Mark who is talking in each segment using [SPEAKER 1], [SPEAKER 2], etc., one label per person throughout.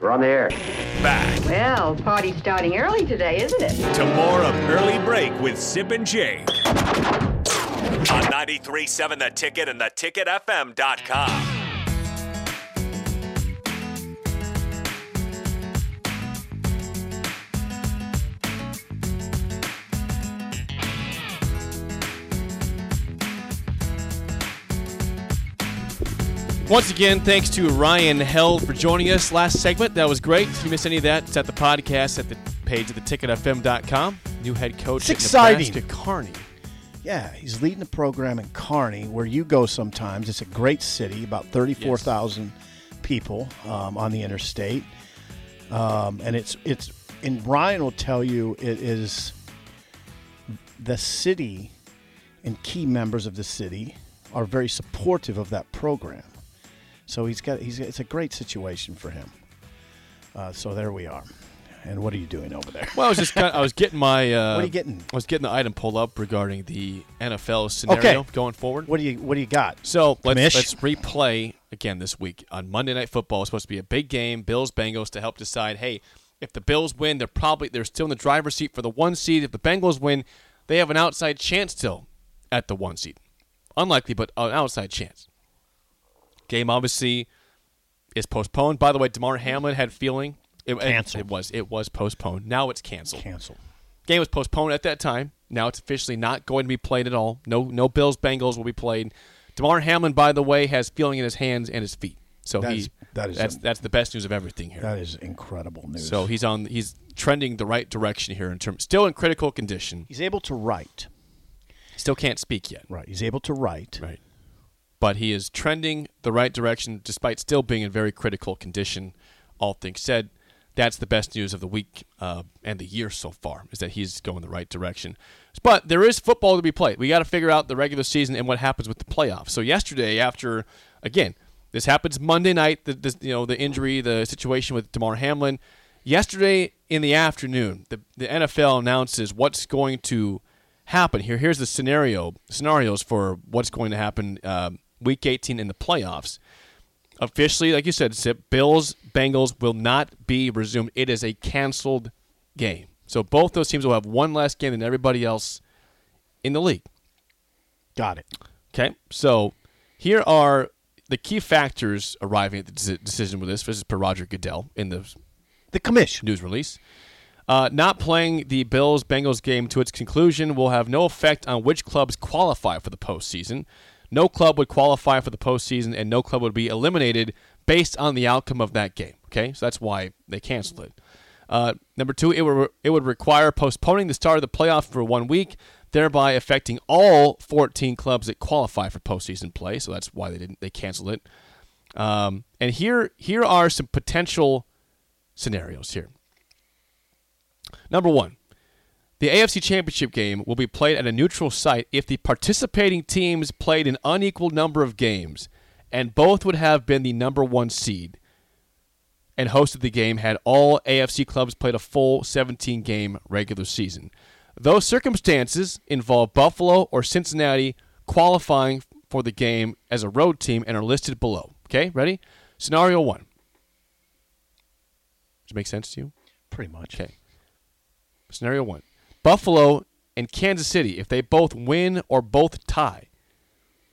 [SPEAKER 1] We're on the air.
[SPEAKER 2] Back
[SPEAKER 3] Well, party's starting early today, isn't it?
[SPEAKER 2] to more of Early Break with Sip and Jay. On 93.7 The Ticket and theticketfm.com.
[SPEAKER 4] Once again, thanks to Ryan Held for joining us last segment. That was great. If you missed any of that, it's at the podcast at the page of theticketfm.com. New head coach
[SPEAKER 5] It's
[SPEAKER 4] at
[SPEAKER 5] exciting.
[SPEAKER 4] Nebraska, Carney.
[SPEAKER 5] Yeah, he's leading the program in Kearney, where you go sometimes. It's a great city, about 34,000 people um, on the interstate. Um, and it's, it's, and Ryan will tell you it is the city and key members of the city are very supportive of that program. So he's got, he's, it's a great situation for him. Uh, so there we are. And what are you doing over there?
[SPEAKER 4] Well, I was just kind of, I was getting my uh,
[SPEAKER 5] What are you getting?
[SPEAKER 4] I was getting the item pulled up regarding the NFL scenario going forward.
[SPEAKER 5] What do you, what do you got?
[SPEAKER 4] uh, So let's,
[SPEAKER 5] Mish?
[SPEAKER 4] let's replay again this week on Monday Night Football. It's supposed to be a big game, Bills Bengals, to help decide. Hey, if the Bills win, they're probably they're still in the driver's seat for the one seed. If the Bengals win, they have an outside chance still at the one seed. Unlikely, but an outside chance. Game obviously is postponed. By the way, Demar Hamlin had feeling it, it,
[SPEAKER 5] Canceled.
[SPEAKER 4] it was it was postponed. Now it's canceled
[SPEAKER 5] Cancel.
[SPEAKER 4] game was postponed at that time. Now it's officially not going to be played at all. No, no Bills Bengals will be played. Damar Hamlin, by the way, has feeling in his hands and his feet. So
[SPEAKER 5] That
[SPEAKER 4] he
[SPEAKER 5] is- that is
[SPEAKER 4] that's
[SPEAKER 5] a-
[SPEAKER 4] that's the best news of everything here.
[SPEAKER 5] That is incredible news.
[SPEAKER 4] so he's on he's trending the right direction here in terms still in critical condition.
[SPEAKER 5] He's able to write.
[SPEAKER 4] Still can't speak yet.
[SPEAKER 5] Right. He's able to write.
[SPEAKER 4] Right. But he is trending the right direction despite still being in very critical condition, all things said. That's the best news of the week uh, and the year so far, is that he's going the right direction. But there is football to be played. We got to figure out the regular season and what happens with the playoffs. So yesterday, after again, this happens Monday night. The, this, you know the injury, the situation with Damar Hamlin. Yesterday in the afternoon, the, the NFL announces what's going to happen here. Here's the scenario scenarios for what's going to happen um, week 18 in the playoffs. Officially, like you said, Sip, Bills Bengals will not be resumed. It is a canceled game. So both those teams will have one less game than everybody else in the league.
[SPEAKER 5] Got it.
[SPEAKER 4] Okay, so here are the key factors arriving at the deci- decision with this. This is per Roger Goodell in the
[SPEAKER 5] The commission.
[SPEAKER 4] news release. Uh, not playing the Bills Bengals game to its conclusion will have no effect on which clubs qualify for the postseason. No club would qualify for the postseason, and no club would be eliminated based on the outcome of that game. Okay, so that's why they canceled it. Uh, number two, it would it would require postponing the start of the playoff for one week, thereby affecting all 14 clubs that qualify for postseason play. So that's why they didn't they canceled it. Um, and here here are some potential scenarios here. Number one, the AFC Championship game will be played at a neutral site if the participating teams played an unequal number of games and both would have been the number one seed. and hosted the game had all AFC clubs played a full 17 game regular season. Those circumstances involve Buffalo or Cincinnati qualifying for the game as a road team and are listed below. Okay, ready? Scenario one. Does it make sense to you?
[SPEAKER 5] Pretty much.
[SPEAKER 4] Okay. Scenario one Buffalo and Kansas City, if they both win or both tie,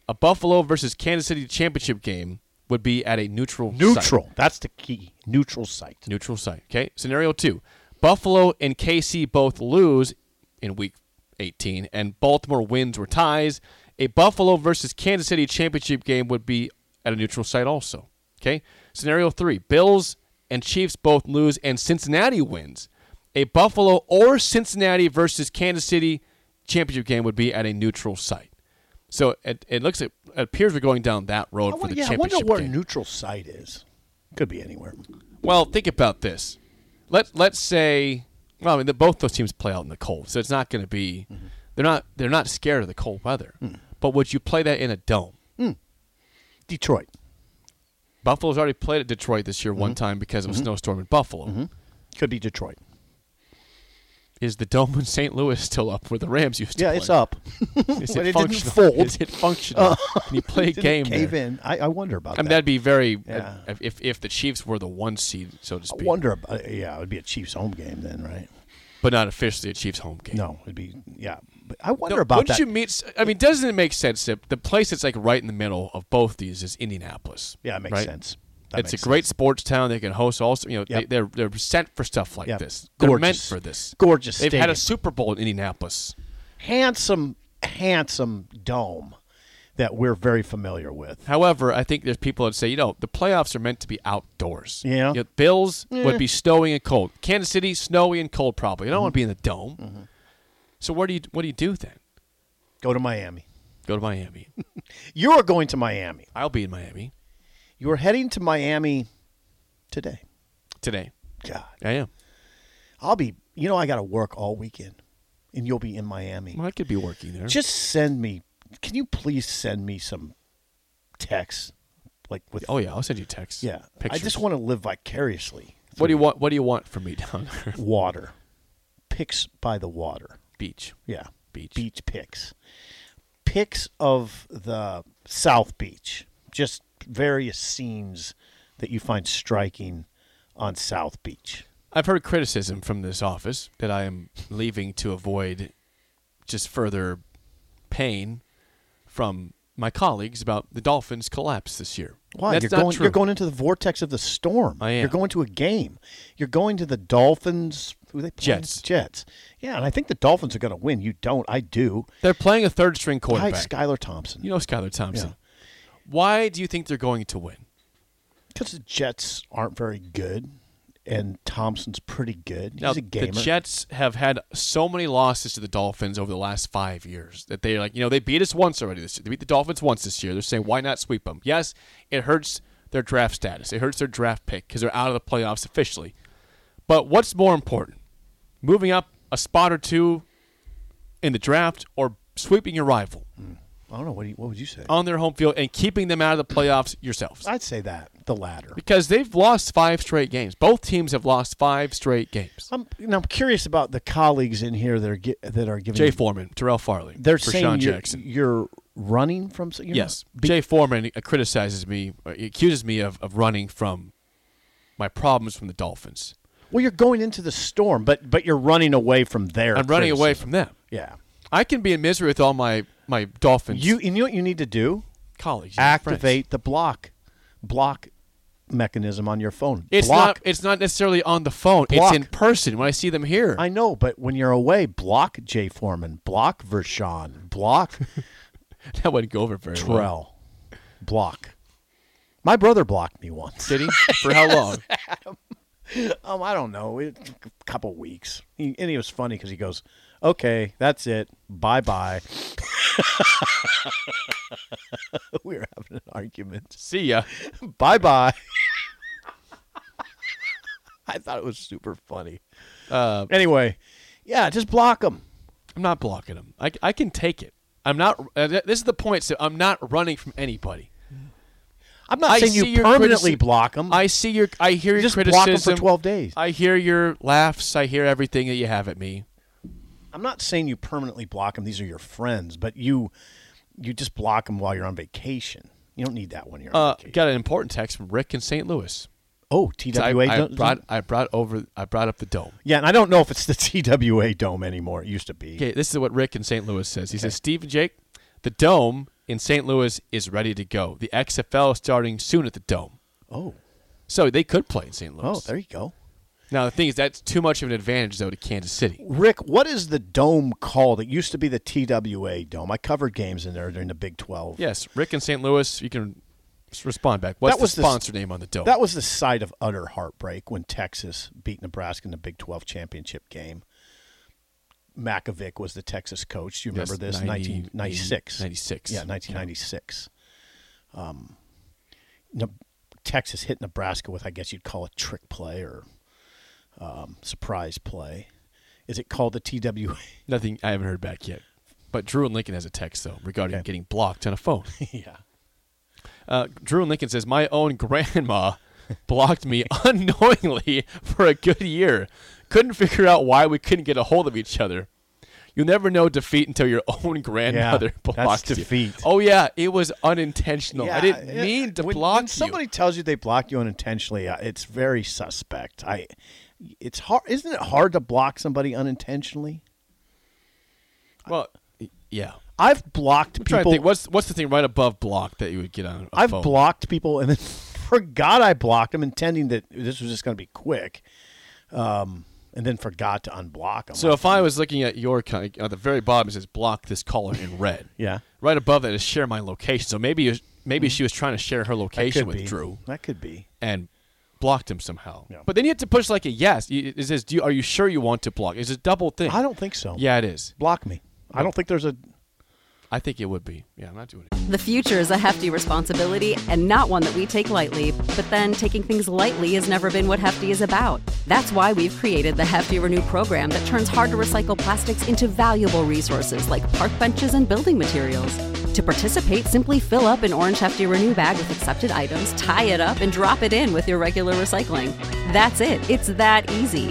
[SPEAKER 4] a Buffalo versus Kansas City championship game would be at a neutral site.
[SPEAKER 5] Neutral. That's the key. Neutral site.
[SPEAKER 4] Neutral site. Okay. Scenario two Buffalo and KC both lose in week 18, and Baltimore wins or ties. A Buffalo versus Kansas City championship game would be at a neutral site also. Okay. Scenario three Bills and Chiefs both lose, and Cincinnati wins. A Buffalo or Cincinnati versus Kansas City championship game would be at a neutral site. So it, it looks it appears we're going down that road
[SPEAKER 5] I
[SPEAKER 4] for
[SPEAKER 5] wonder,
[SPEAKER 4] the
[SPEAKER 5] yeah, I
[SPEAKER 4] championship
[SPEAKER 5] wonder where
[SPEAKER 4] game.
[SPEAKER 5] neutral site is. Could be anywhere.
[SPEAKER 4] Well, think about this. Let let's say, well, I mean, the, both those teams play out in the cold, so it's not going to be.
[SPEAKER 5] Mm-hmm.
[SPEAKER 4] They're not they're not scared of the cold weather.
[SPEAKER 5] Hmm.
[SPEAKER 4] But would you play that in a dome?
[SPEAKER 5] Detroit.
[SPEAKER 4] Buffalo's already played at Detroit this year
[SPEAKER 5] Mm-hmm.
[SPEAKER 4] one time because of a snowstorm in Buffalo.
[SPEAKER 5] Could be Detroit.
[SPEAKER 4] Is the dome in St. Louis still up where the Rams used to
[SPEAKER 5] Yeah,
[SPEAKER 4] play?
[SPEAKER 5] it's up.
[SPEAKER 4] Is
[SPEAKER 5] but
[SPEAKER 4] it
[SPEAKER 5] it didn't
[SPEAKER 4] functional?
[SPEAKER 5] fold. Oh.
[SPEAKER 4] Is it functional? Can you play a
[SPEAKER 5] Didn't
[SPEAKER 4] game
[SPEAKER 5] cave
[SPEAKER 4] there?
[SPEAKER 5] in. I, I wonder about
[SPEAKER 4] I mean,
[SPEAKER 5] that.
[SPEAKER 4] that'd be very
[SPEAKER 5] Yeah.
[SPEAKER 4] if- if if the Chiefs were the one seed, so to
[SPEAKER 5] I
[SPEAKER 4] speak,
[SPEAKER 5] wonder about. Yeah, it would be a Chiefs home game then, right?
[SPEAKER 4] but not officially a Chiefs home game.
[SPEAKER 5] No, it'd be. Yeah, but I wonder
[SPEAKER 4] No,
[SPEAKER 5] about
[SPEAKER 4] wouldn't
[SPEAKER 5] that.
[SPEAKER 4] you meet? I mean, doesn't it make sense that the place that's like right in the middle of both these is Indianapolis?
[SPEAKER 5] yeah, it makes
[SPEAKER 4] right?
[SPEAKER 5] sense. That
[SPEAKER 4] it's a
[SPEAKER 5] makes
[SPEAKER 4] great
[SPEAKER 5] sense.
[SPEAKER 4] sports town. They can host all. You know, they,
[SPEAKER 5] Yep.
[SPEAKER 4] they're they're sent for stuff like
[SPEAKER 5] Yep.
[SPEAKER 4] this. They're meant
[SPEAKER 5] Gorgeous.
[SPEAKER 4] for this.
[SPEAKER 5] Gorgeous
[SPEAKER 4] They've had a
[SPEAKER 5] stadium.
[SPEAKER 4] Super Bowl in Indianapolis.
[SPEAKER 5] handsome, handsome dome that we're very familiar with.
[SPEAKER 4] However, I think there's people that say, you know, the playoffs are meant to be outdoors.
[SPEAKER 5] Yeah.
[SPEAKER 4] You know, Bills would be snowy and cold. Kansas City, snowy and cold probably. You
[SPEAKER 5] Mm-hmm.
[SPEAKER 4] don't want to be in the dome. So where do you what do you do then?
[SPEAKER 5] Go to Miami.
[SPEAKER 4] Go to Miami.
[SPEAKER 5] You're going to Miami.
[SPEAKER 4] I'll be in Miami
[SPEAKER 5] You're heading to Miami today.
[SPEAKER 4] today.
[SPEAKER 5] God,
[SPEAKER 4] I am.
[SPEAKER 5] I'll be. You know, I got to work all weekend, and you'll be in Miami.
[SPEAKER 4] Well, I could be working there.
[SPEAKER 5] Just send me. Can you please send me some texts, like with
[SPEAKER 4] Oh yeah, I'll send you texts.
[SPEAKER 5] yeah?
[SPEAKER 4] pictures.
[SPEAKER 5] I just want to live vicariously.
[SPEAKER 4] What do you want? What do you want from me down there?
[SPEAKER 5] Water, pics by the water.
[SPEAKER 4] Beach.
[SPEAKER 5] Yeah,
[SPEAKER 4] Beach.
[SPEAKER 5] beach pics, pics of the South Beach, just various scenes that you find striking on South Beach.
[SPEAKER 4] I've heard criticism from this office that I am leaving to avoid just further pain from my colleagues about the Dolphins' collapse this year.
[SPEAKER 5] Why
[SPEAKER 4] That's
[SPEAKER 5] you're
[SPEAKER 4] not
[SPEAKER 5] going?
[SPEAKER 4] true.
[SPEAKER 5] You're going into the vortex of the storm.
[SPEAKER 4] I am.
[SPEAKER 5] You're going to a game. You're going to the Dolphins. Who are they playing?
[SPEAKER 4] Jets.
[SPEAKER 5] Jets. Yeah, and I think the Dolphins are going to win. You don't. I do.
[SPEAKER 4] They're playing a third-string
[SPEAKER 5] Hi,
[SPEAKER 4] quarterback.
[SPEAKER 5] Skylar Thompson.
[SPEAKER 4] you know Skylar Thompson.
[SPEAKER 5] Yeah.
[SPEAKER 4] Why do you think they're going to win?
[SPEAKER 5] Because the Jets aren't very good, and Thompson's pretty good. He's
[SPEAKER 4] Now,
[SPEAKER 5] a gamer.
[SPEAKER 4] the Jets have had so many losses to the Dolphins over the last five years that they're like, you know, they beat us once already this year. They beat the Dolphins once this year. They're saying, why not sweep them? Yes, it hurts their draft status. It hurts their draft pick because they're out of the playoffs officially. But what's more important, moving up a spot or two in the draft or sweeping your rival
[SPEAKER 5] I don't know what. Do you, what would you say?
[SPEAKER 4] on their home field and keeping them out of the playoffs yourselves?
[SPEAKER 5] I'd say that the latter.
[SPEAKER 4] Because they've lost five straight games. Both teams have lost five straight games.
[SPEAKER 5] I'm. You know, I'm curious about the colleagues in here that are gi- that are giving.
[SPEAKER 4] Jay Foreman, Terrell Farley,
[SPEAKER 5] they're
[SPEAKER 4] for
[SPEAKER 5] saying
[SPEAKER 4] Sean
[SPEAKER 5] you're,
[SPEAKER 4] Jackson.
[SPEAKER 5] you're running from. you
[SPEAKER 4] yes, Jay Foreman uh, criticizes me, uh, he accuses me of, of running from my problems from the Dolphins.
[SPEAKER 5] Well, you're going into the storm, but but you're running away from there.
[SPEAKER 4] I'm running away from them.
[SPEAKER 5] Yeah.
[SPEAKER 4] I can be in misery with all my my Dolphins
[SPEAKER 5] You and you know what you need to do?
[SPEAKER 4] colleagues. and
[SPEAKER 5] Activate
[SPEAKER 4] friends.
[SPEAKER 5] the block block mechanism on your phone.
[SPEAKER 4] It's
[SPEAKER 5] block.
[SPEAKER 4] not. It's not necessarily on the phone.
[SPEAKER 5] Block.
[SPEAKER 4] It's in person when I see them here.
[SPEAKER 5] I know, but when you're away, block Jay Foreman, block Vershawn, block
[SPEAKER 4] that wouldn't go over very well.
[SPEAKER 5] Trell, block. My brother blocked me once.
[SPEAKER 4] Did he? For how long?
[SPEAKER 5] Um, I don't know, it, a couple weeks. He, and he was funny because he goes, "Okay, that's it. Bye bye." we were having an argument.
[SPEAKER 4] see ya.
[SPEAKER 5] Bye bye. I thought it was super funny.
[SPEAKER 4] Uh,
[SPEAKER 5] anyway, yeah, just block them.
[SPEAKER 4] I'm not blocking them. I, I can take it. I'm not. Uh, th- this is the point. So I'm not running from anybody.
[SPEAKER 5] I'm not
[SPEAKER 4] I
[SPEAKER 5] saying
[SPEAKER 4] see
[SPEAKER 5] you
[SPEAKER 4] your
[SPEAKER 5] permanently
[SPEAKER 4] critici-
[SPEAKER 5] block them.
[SPEAKER 4] I see your. I hear your
[SPEAKER 5] Just block 'em for
[SPEAKER 4] criticism
[SPEAKER 5] 12 days.
[SPEAKER 4] I hear your laughs. I hear everything that you have at me.
[SPEAKER 5] I'm not saying you permanently block them. These are your friends, but you you just block them while you're on vacation. You don't need that when you're on
[SPEAKER 4] Uh,
[SPEAKER 5] vacation.
[SPEAKER 4] got an important text from Rick in St. Louis.
[SPEAKER 5] Oh,
[SPEAKER 4] So I,
[SPEAKER 5] TWA.
[SPEAKER 4] I
[SPEAKER 5] don't-
[SPEAKER 4] brought I brought over I brought up the dome.
[SPEAKER 5] yeah, and I don't know if it's the TWA dome anymore. It used to be.
[SPEAKER 4] Okay, this is what Rick in St. Louis says. He says, Steve and Jake, the dome in St. Louis is ready to go. The XFL is starting soon at the dome.
[SPEAKER 5] Oh,
[SPEAKER 4] So they could play in St. Louis.
[SPEAKER 5] oh, there you go.
[SPEAKER 4] Now the thing is that's too much of an advantage though to Kansas City.
[SPEAKER 5] Rick, what is the dome called? It used to be the TWA dome. I covered games in there during the Big 12.
[SPEAKER 4] Yes, Rick in St. Louis, you can s- respond back. What's
[SPEAKER 5] That was
[SPEAKER 4] the
[SPEAKER 5] the
[SPEAKER 4] sponsor name on the dome?
[SPEAKER 5] That was the site of utter heartbreak when Texas beat Nebraska in the Big 12 championship game. Makovic was the Texas coach. Do you
[SPEAKER 4] Yes,
[SPEAKER 5] remember this?
[SPEAKER 4] 90,
[SPEAKER 5] 1996.
[SPEAKER 4] 96.
[SPEAKER 5] Yeah, 1996. Um, Ne- Texas hit Nebraska with, I guess you'd call it trick play or um, surprise play. Is it called the TWA?
[SPEAKER 4] Nothing I haven't heard back yet. But Drew and Lincoln has a text though regarding getting blocked on a phone.
[SPEAKER 5] yeah.
[SPEAKER 4] Uh, Drew and Lincoln says, My own grandma blocked me unknowingly for a good year. Couldn't figure out why we couldn't get a hold of each other. You'll never know defeat until your own grandmother
[SPEAKER 5] that's
[SPEAKER 4] blocks you.
[SPEAKER 5] defeat.
[SPEAKER 4] Oh yeah, it was unintentional. I didn't
[SPEAKER 5] yeah,
[SPEAKER 4] mean to
[SPEAKER 5] when,
[SPEAKER 4] block
[SPEAKER 5] when somebody tells you they blocked you unintentionally, uh, it's very suspect. I, it's hard, isn't it hard to block somebody unintentionally?
[SPEAKER 4] you. Well, yeah.
[SPEAKER 5] I've blocked
[SPEAKER 4] I'm trying to
[SPEAKER 5] people.
[SPEAKER 4] think. What's what's the thing right above block that you would get on? i
[SPEAKER 5] I've blocked people and then forgot I blocked them, intending that this was just going to be quick, um, and then forgot to unblock them.
[SPEAKER 4] So if I was looking at your con- at the very bottom, it says block this caller in red.
[SPEAKER 5] Yeah.
[SPEAKER 4] Right above that is share my location. So maybe you- maybe she was trying to share her location with
[SPEAKER 5] be.
[SPEAKER 4] Drew.
[SPEAKER 5] that could be.
[SPEAKER 4] and blocked him somehow.
[SPEAKER 5] Yeah.
[SPEAKER 4] But then you have to push like a yes. You- It says, "Do you, are you sure you want to block?" It's a double thing.
[SPEAKER 5] I don't think so.
[SPEAKER 4] Yeah, it is.
[SPEAKER 5] block me. I don't think there's a.
[SPEAKER 4] I think it would be. Yeah, I'm not doing it.
[SPEAKER 6] The future is a hefty responsibility and not one that we take lightly, but then taking things lightly has never been what Hefty is about. That's why we've created the Hefty Renew program that turns hard to recycle plastics into valuable resources like park benches and building materials. To participate, simply fill up an orange Hefty Renew bag with accepted items, tie it up, and drop it in with your regular recycling. That's it, it's that easy.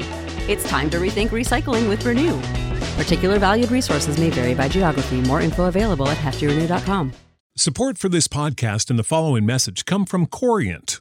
[SPEAKER 6] It's time to rethink recycling with Renew. Particular valued resources may vary by geography. More info available at heftyrenew.com.
[SPEAKER 1] Support for this podcast and the following message come from Corient.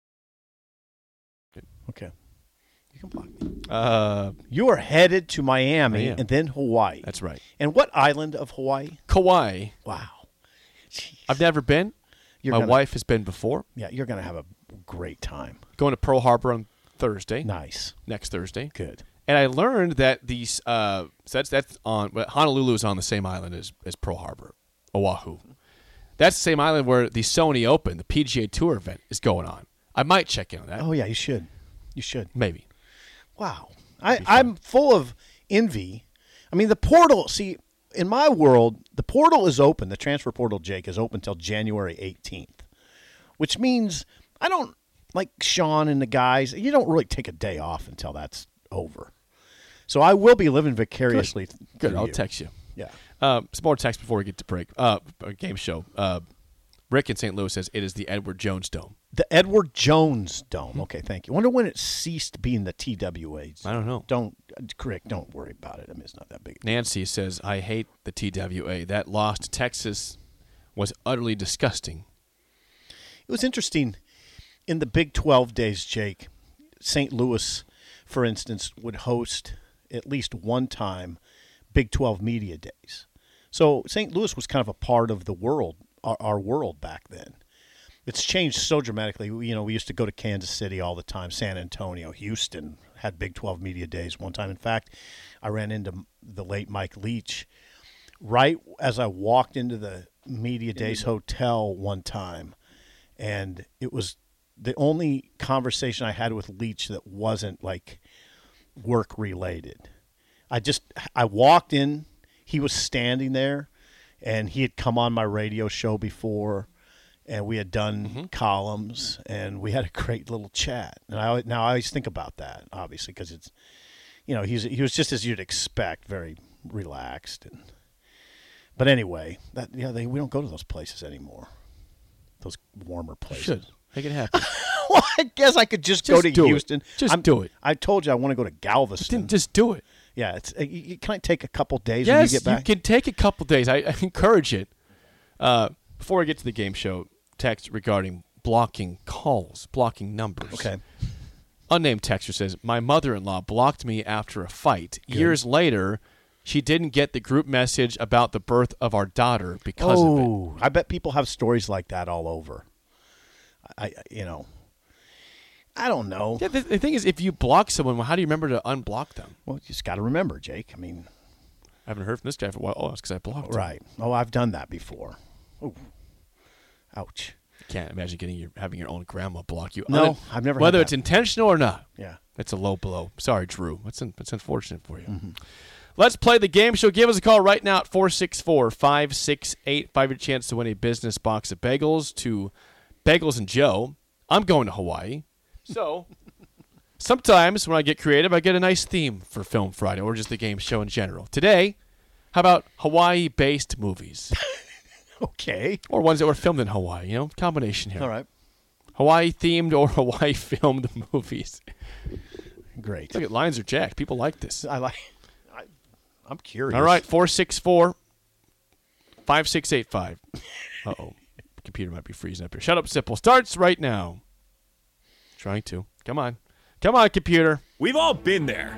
[SPEAKER 5] Okay. You can block me.
[SPEAKER 4] Uh,
[SPEAKER 5] You are headed to Miami
[SPEAKER 4] I am.
[SPEAKER 5] and then Hawaii.
[SPEAKER 4] that's right.
[SPEAKER 5] and what island of Hawaii?
[SPEAKER 4] Kauai.
[SPEAKER 5] Wow. Jeez.
[SPEAKER 4] I've never been.
[SPEAKER 5] You're
[SPEAKER 4] My
[SPEAKER 5] gonna-
[SPEAKER 4] wife has been before.
[SPEAKER 5] Yeah, you're gonna have a great time.
[SPEAKER 4] Going to Pearl Harbor on Thursday.
[SPEAKER 5] Nice.
[SPEAKER 4] Next Thursday.
[SPEAKER 5] Good.
[SPEAKER 4] And I learned that these uh, so that's that's on but Honolulu is on the same island as, as Pearl Harbor, Oahu. That's the same island where the Sony Open, the PGA Tour event, is going on. I might check in on that.
[SPEAKER 5] Oh yeah, you should. You should.
[SPEAKER 4] Maybe.
[SPEAKER 5] Wow. I, I'm full of envy. I mean, the portal, see, in my world, the portal is open. The transfer portal, Jake, is open till January 18th, which means I don't, like Sean and the guys, you don't really take a day off until that's over. So I will be living vicariously.
[SPEAKER 4] Good.
[SPEAKER 5] through
[SPEAKER 4] I'll
[SPEAKER 5] you.
[SPEAKER 4] text you.
[SPEAKER 5] Yeah.
[SPEAKER 4] Uh, some more text before we get to break. Uh, a game show. Uh, Rick in St. Louis says it is the Edward Jones Dome.
[SPEAKER 5] The Edward Jones Dome. Okay, thank you. Wonder when it ceased being the TWA.
[SPEAKER 4] I don't know.
[SPEAKER 5] Don't, Rick, don't worry about it. I mean, it's not that big.
[SPEAKER 4] Nancy says, I hate the TWA. That loss to Texas was utterly disgusting.
[SPEAKER 5] It was interesting in the Big 12 days, Jake. St. Louis, for instance, would host at least one time Big 12 media days. So St. Louis was kind of a part of the world, our, our world back then. It's changed so dramatically. We- You know, we used to go to Kansas City all the time, San Antonio, Houston had Big 12 media days one time. In fact, I ran into the late Mike Leach right as I walked into the Media Days Hotel one time, and it was the only conversation I had with Leach that wasn't like work related. I just I walked in, he was standing there, and he had come on my radio show before, and we had done
[SPEAKER 4] Mm-hmm.
[SPEAKER 5] columns, and we had a great little chat. And I always- now I always think about that, obviously, because it's you know he's he was just as you'd expect, very relaxed and but anyway, that yeah, they we don't go to those places anymore. Those warmer places.
[SPEAKER 4] Make it happen.
[SPEAKER 5] well, I guess I could just, go
[SPEAKER 4] Just
[SPEAKER 5] to
[SPEAKER 4] do it.
[SPEAKER 5] Houston.
[SPEAKER 4] Just do it.
[SPEAKER 5] I told you I want to go to Galveston.
[SPEAKER 4] Didn't just do it.
[SPEAKER 5] yeah, it's uh, you, you- can I take a couple days when you
[SPEAKER 4] Yes,
[SPEAKER 5] get
[SPEAKER 4] you,
[SPEAKER 5] back?
[SPEAKER 4] can take a couple days. I, I encourage it. Uh, before I get to the game show, text regarding blocking calls, blocking numbers.
[SPEAKER 5] okay.
[SPEAKER 4] Unnamed texter says, My mother in law blocked me after a fight. Years later, she didn't get the group message about the birth of our daughter because of it.
[SPEAKER 5] Oh, I bet people have stories like that all over. I, I you know, I don't know.
[SPEAKER 4] Yeah, the, the thing is, if you block someone, well, how do you remember to unblock them?
[SPEAKER 5] Well, you just got to remember, Jake. I mean,
[SPEAKER 4] I haven't heard from this guy for a while. Oh, it's because I blocked. him.
[SPEAKER 5] right? Oh, I've done that before. Oh, ouch.
[SPEAKER 4] Can't imagine getting your having your own grandma block you.
[SPEAKER 5] No,
[SPEAKER 4] Other-
[SPEAKER 5] I've never had
[SPEAKER 4] Whether
[SPEAKER 5] that.
[SPEAKER 4] it's intentional or not,
[SPEAKER 5] Yeah.
[SPEAKER 4] it's a low blow. Sorry, Drew. That's un, that's unfortunate for you.
[SPEAKER 5] Mm-hmm.
[SPEAKER 4] Let's play the game show. Give us a call right now at 464-5685. Your chance to win a business box of bagels to Bagels and Joe. I'm going to Hawaii, so. Sometimes when I get creative, I get a nice theme for Film Friday or just the game show in general. Today, how about Hawaii based movies?
[SPEAKER 5] Okay.
[SPEAKER 4] or ones that were filmed in Hawaii. You know, combination here.
[SPEAKER 5] All right.
[SPEAKER 4] Hawaii themed or Hawaii filmed movies.
[SPEAKER 5] Great.
[SPEAKER 4] Look at lines are jacked. People like this.
[SPEAKER 5] I like. I, I'm curious.
[SPEAKER 4] All right, 464 5685. Uh oh. Computer might be freezing up here. Shut up, Sipple. Starts right now. Trying to. Come on. Come on, computer.
[SPEAKER 2] We've all been there.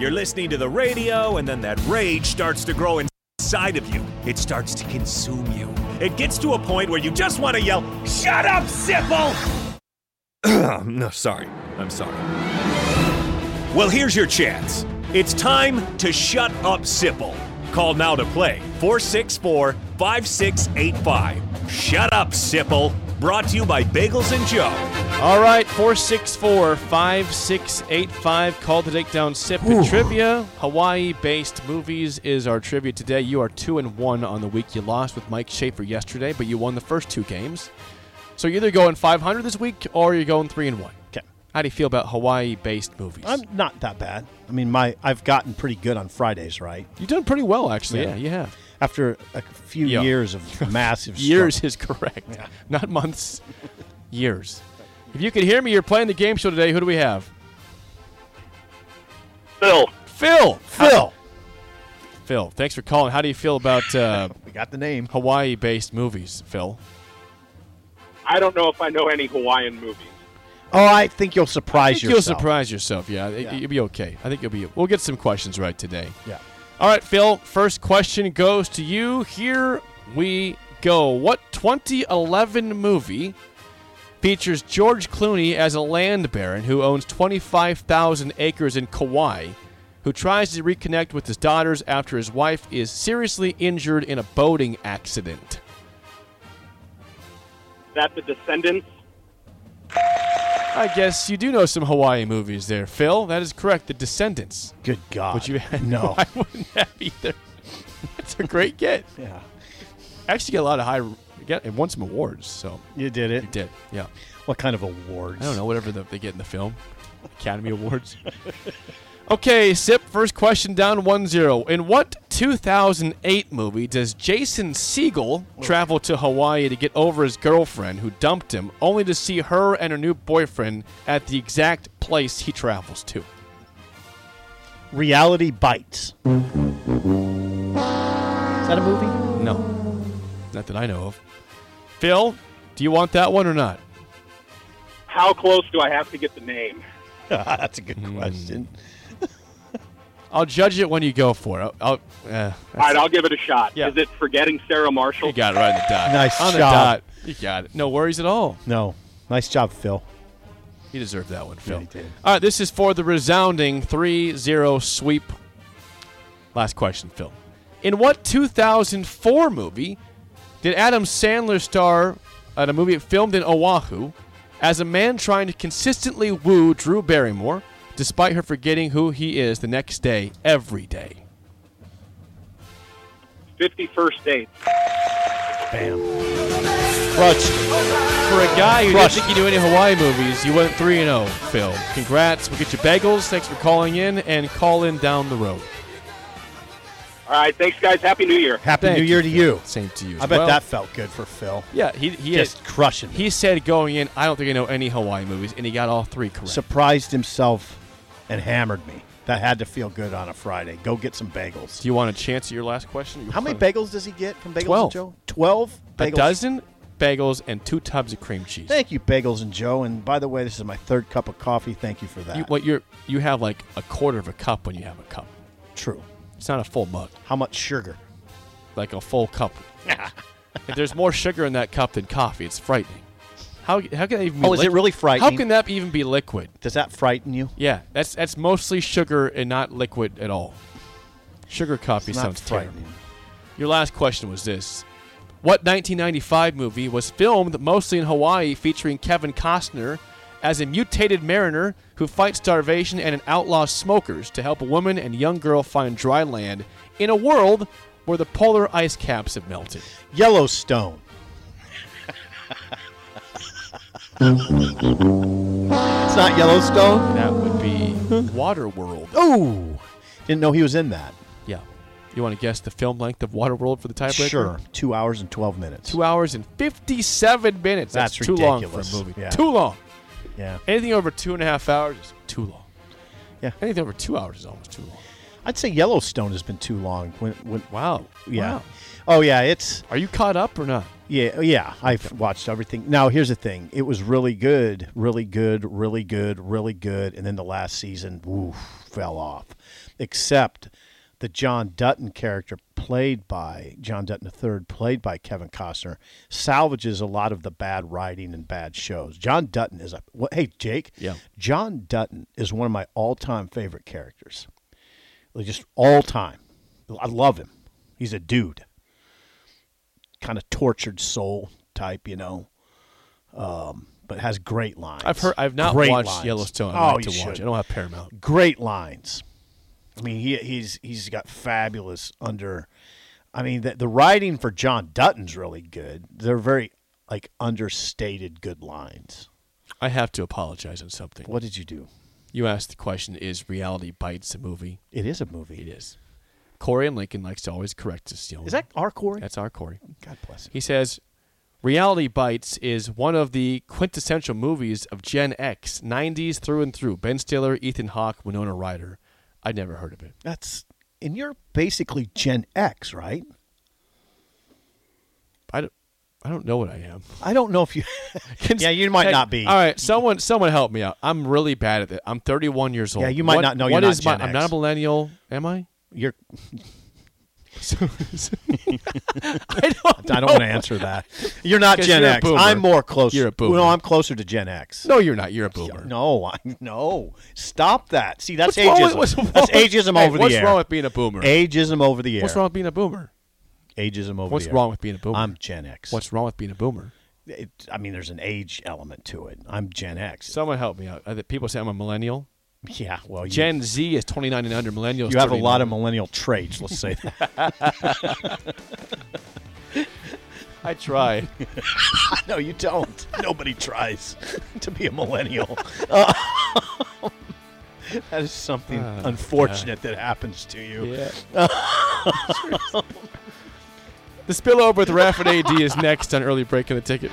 [SPEAKER 2] You're listening to the radio, and then that rage starts to grow inside of you. It starts to consume you. It gets to a point where you just want to yell, Shut up, Sipple! no, sorry. I'm sorry. Well, here's your chance. It's time to shut up, Sipple. Call now to play 464 5685. Shut up, Sipple. Brought to you by Bagels and Joe.
[SPEAKER 4] All right, 464 5685. Call to take down Sip and Trivia. Hawaii based movies is our trivia today. You are 2 and 1 on the week. You lost with Mike Schaefer yesterday, but you won the first two games. So you're either going 500 this week or you're going 3 and 1.
[SPEAKER 5] Okay.
[SPEAKER 4] How do you feel about Hawaii based movies?
[SPEAKER 5] I'm not that bad. I mean, my I've gotten pretty good on Fridays, right?
[SPEAKER 4] You've done pretty well, actually.
[SPEAKER 5] Yeah.
[SPEAKER 4] Yeah, you have.
[SPEAKER 5] After a few
[SPEAKER 4] Yeah.
[SPEAKER 5] years of massive
[SPEAKER 4] Years
[SPEAKER 5] struggle.
[SPEAKER 4] is correct, not months. Years. If you can hear me, you're playing the game show today. Who do we have?
[SPEAKER 7] Phil,
[SPEAKER 4] Phil.
[SPEAKER 5] Phil,
[SPEAKER 4] Phil, thanks for calling. How do you feel about uh,
[SPEAKER 5] we got the name.
[SPEAKER 4] Hawaii based movies, Phil.
[SPEAKER 7] I don't know if I know any Hawaiian movies.
[SPEAKER 5] Oh, I think you'll
[SPEAKER 4] I
[SPEAKER 5] surprise
[SPEAKER 4] think you'll
[SPEAKER 5] yourself.
[SPEAKER 4] surprise yourself. Yeah, It-
[SPEAKER 5] Yeah.
[SPEAKER 4] you'll be okay. I think you'll be. We'll get some questions right today.
[SPEAKER 5] Yeah.
[SPEAKER 4] All right, Phil. First question goes to you. Here we go. What 2011 movie features George Clooney as a land baron who owns 25,000 acres in Kauai, who tries to reconnect with his daughters after his wife is seriously injured in a boating accident?
[SPEAKER 7] Is that the Descendants?
[SPEAKER 4] I guess you do know some Hawaii movies there, Phil. That is correct. The Descendants.
[SPEAKER 5] Good God.
[SPEAKER 4] Would you have?
[SPEAKER 5] Uh, No.
[SPEAKER 4] I wouldn't have either. That's a great get.
[SPEAKER 5] yeah.
[SPEAKER 4] Actually, get a lot of high. Get and won some awards. So
[SPEAKER 5] You did it.
[SPEAKER 4] you did. Yeah.
[SPEAKER 5] What kind of awards?
[SPEAKER 4] I don't know. Whatever the, they get in the film, Academy Awards. Okay, Sip, first question down 1 0. In what 2008 movie does Jason Segel travel to Hawaii to get over his girlfriend who dumped him, only to see her and her new boyfriend at the exact place he travels to?
[SPEAKER 5] Reality Bites. Is that a movie?
[SPEAKER 4] No. Not that I know of. Phil, do you want that one or not?
[SPEAKER 7] How close do I have to get the name?
[SPEAKER 5] Ah, That's a good
[SPEAKER 4] Hmm.
[SPEAKER 5] question.
[SPEAKER 4] I'll judge it when you go for it. I'll, I'll, uh,
[SPEAKER 7] All right, I'll give it a shot.
[SPEAKER 4] Yeah.
[SPEAKER 7] Is it Forgetting Sarah Marshall?
[SPEAKER 4] you got it right on the dot.
[SPEAKER 5] Nice
[SPEAKER 4] on the
[SPEAKER 5] job.
[SPEAKER 4] dot. You got it. No worries at all.
[SPEAKER 5] No. Nice job, Phil.
[SPEAKER 4] He deserved that one, Phil.
[SPEAKER 5] he did.
[SPEAKER 4] All right, this is for the resounding 3 0 sweep. Last question, Phil. In what 2004 movie did Adam Sandler star in a movie filmed in Oahu as a man trying to consistently woo Drew Barrymore despite her forgetting who he is the next day, every day?
[SPEAKER 7] 51st Date.
[SPEAKER 5] Bam. Crushed.
[SPEAKER 4] For a guy who
[SPEAKER 5] Crushed.
[SPEAKER 4] didn't think you knew any Hawaii movies, you went 3 0, Phil. Congrats. We'll get you bagels. Thanks for calling in and call in down the road.
[SPEAKER 7] All right, thanks, guys. Happy New Year.
[SPEAKER 5] Happy
[SPEAKER 4] Thank
[SPEAKER 5] New Year to
[SPEAKER 4] Phil.
[SPEAKER 5] you.
[SPEAKER 4] Same to you. as
[SPEAKER 5] I bet
[SPEAKER 4] well.
[SPEAKER 5] that felt good for Phil.
[SPEAKER 4] Yeah, he he
[SPEAKER 5] Just
[SPEAKER 4] had-
[SPEAKER 5] crushing. it.
[SPEAKER 4] he said going in, I don't think I know any Hawaii movies, and he got all three correct.
[SPEAKER 5] surprised himself and hammered me. That had to feel good on a Friday. Go get some bagels.
[SPEAKER 4] Do you want a chance at your last question?
[SPEAKER 5] How many
[SPEAKER 4] bagels?
[SPEAKER 5] bagels does he get from Bagels
[SPEAKER 4] Twelve.
[SPEAKER 5] and Joe? Twelve bagels.
[SPEAKER 4] A dozen bagels and two tubs of cream cheese.
[SPEAKER 5] Thank you, Bagels and Joe. And by the way, this is my third cup of coffee. Thank you for that.
[SPEAKER 4] You, what you're you have like a quarter of a cup when you have a cup.
[SPEAKER 5] True.
[SPEAKER 4] It's not a full mug,
[SPEAKER 5] How much sugar?
[SPEAKER 4] like a full cup. if there's more sugar in that cup than coffee, it's frightening. How how can that even? Be
[SPEAKER 5] Oh, is it really
[SPEAKER 4] How
[SPEAKER 5] frightening?
[SPEAKER 4] can that even be liquid?
[SPEAKER 5] Does that frighten you?
[SPEAKER 4] Yeah, that's that's mostly sugar and not liquid at all. Sugar coffee
[SPEAKER 5] It's not
[SPEAKER 4] sounds terrible.
[SPEAKER 5] frightening.
[SPEAKER 4] Your last question was this. What 1995 movie was filmed mostly in Hawaii featuring Kevin Costner as a mutated mariner who fights starvation and an outlaw smokers to help a woman and young girl find dry land in a world where the polar ice caps have melted?
[SPEAKER 5] Yellowstone. it's not Yellowstone.
[SPEAKER 4] That would be Waterworld.
[SPEAKER 5] Oh, didn't know he was in that.
[SPEAKER 4] Yeah. You want to guess the film length of Waterworld for the tiebreaker?
[SPEAKER 5] Sure, two hours and twelve minutes.
[SPEAKER 4] Two hours and 57 minutes. That's,
[SPEAKER 5] That's
[SPEAKER 4] too
[SPEAKER 5] ridiculous.
[SPEAKER 4] long for a movie.
[SPEAKER 5] Yeah.
[SPEAKER 4] Too long.
[SPEAKER 5] Yeah,
[SPEAKER 4] Anything over two and a half hours is too long.
[SPEAKER 5] Yeah.
[SPEAKER 4] Anything over two hours is almost too long.
[SPEAKER 5] I'd say Yellowstone has been too long. When, when,
[SPEAKER 4] Wow.
[SPEAKER 5] yeah.
[SPEAKER 4] Wow.
[SPEAKER 5] Oh yeah, it's
[SPEAKER 4] Are you caught up or not?
[SPEAKER 5] yeah, oh, yeah. I've watched everything. Now here's the thing: it was really good, really good, really good, really good, and then the last season, woo, fell off. Except the John Dutton character, played by John Dutton III, played by Kevin Costner, salvages a lot of the bad writing and bad shows. John Dutton is a wh- hey Jake.
[SPEAKER 4] Yeah.
[SPEAKER 5] John Dutton is one of my all-time favorite characters. Like, just all time. I love him. He's a dude, kind of tortured soul type, you know, um, but has great lines.
[SPEAKER 4] I've heard. I've not
[SPEAKER 5] Great
[SPEAKER 4] watched
[SPEAKER 5] lines.
[SPEAKER 4] Yellowstone.
[SPEAKER 5] Oh,
[SPEAKER 4] I like
[SPEAKER 5] you
[SPEAKER 4] to
[SPEAKER 5] should.
[SPEAKER 4] watch. it. I don't have Paramount.
[SPEAKER 5] Great lines. I mean, he he's he's got fabulous under. I mean, the, the writing for John Dutton's really good. They're very like understated good lines.
[SPEAKER 4] I have to apologize on something.
[SPEAKER 5] What did you do?
[SPEAKER 4] You asked the question: Is reality bites a movie?
[SPEAKER 5] It is a movie.
[SPEAKER 4] It is. Corey and Lincoln likes to always correct us. you know.
[SPEAKER 5] Is that our Corey?
[SPEAKER 4] That's our Corey.
[SPEAKER 5] God bless him.
[SPEAKER 4] He says, Reality Bites is one of the quintessential movies of Gen X, 90s through and through. Ben Stiller, Ethan Hawke, Winona Ryder. I'd never heard of it.
[SPEAKER 5] That's and you're basically Gen X, right?
[SPEAKER 4] I don't, I don't know what I am.
[SPEAKER 5] I don't know if you. yeah, you might
[SPEAKER 4] Hey,
[SPEAKER 5] not be.
[SPEAKER 4] All right, someone someone help me out. I'm really bad at it. I'm 31 years old.
[SPEAKER 5] Yeah, you might
[SPEAKER 4] What-
[SPEAKER 5] not know
[SPEAKER 4] what
[SPEAKER 5] you're
[SPEAKER 4] is
[SPEAKER 5] not
[SPEAKER 4] my,
[SPEAKER 5] Gen
[SPEAKER 4] I'm not a
[SPEAKER 5] X.
[SPEAKER 4] millennial, am I?
[SPEAKER 5] You're.
[SPEAKER 4] So- I don't.
[SPEAKER 5] I don't want to answer that. You're not
[SPEAKER 4] 'Cause
[SPEAKER 5] Gen
[SPEAKER 4] you're a
[SPEAKER 5] X.
[SPEAKER 4] boomer.
[SPEAKER 5] I'm more closer.
[SPEAKER 4] You're a boomer.
[SPEAKER 5] No, I'm closer to Gen X.
[SPEAKER 4] No, you're not. You're a boomer.
[SPEAKER 5] No, I, no. Stop that. See, that's
[SPEAKER 4] What's wrong with-
[SPEAKER 5] ageism.
[SPEAKER 4] what's wrong
[SPEAKER 5] that's
[SPEAKER 4] with-
[SPEAKER 5] ageism
[SPEAKER 4] Hey,
[SPEAKER 5] over
[SPEAKER 4] what's
[SPEAKER 5] the air.
[SPEAKER 4] wrong with being a boomer?
[SPEAKER 5] ageism over the air.
[SPEAKER 4] What's wrong with being a boomer?
[SPEAKER 5] Ageism over
[SPEAKER 4] What's
[SPEAKER 5] the air.
[SPEAKER 4] wrong with being a boomer?
[SPEAKER 5] I'm Gen X.
[SPEAKER 4] What's wrong with being a boomer?
[SPEAKER 5] It, I mean, there's an age element to it. I'm Gen X.
[SPEAKER 4] Someone help me out. Uh, that People say I'm a millennial.
[SPEAKER 5] yeah, well, you,
[SPEAKER 4] Gen Z is 29 and under. Millennials.
[SPEAKER 5] you have
[SPEAKER 4] 30
[SPEAKER 5] a
[SPEAKER 4] and
[SPEAKER 5] lot of
[SPEAKER 4] under.
[SPEAKER 5] millennial traits. Let's say that.
[SPEAKER 4] I tried.
[SPEAKER 5] No, you don't. Nobody tries to be a millennial. Uh, That is something
[SPEAKER 4] Ah,
[SPEAKER 5] unfortunate that happens to you.
[SPEAKER 4] Yeah. the spillover with Raf and AD is next on early break in the ticket.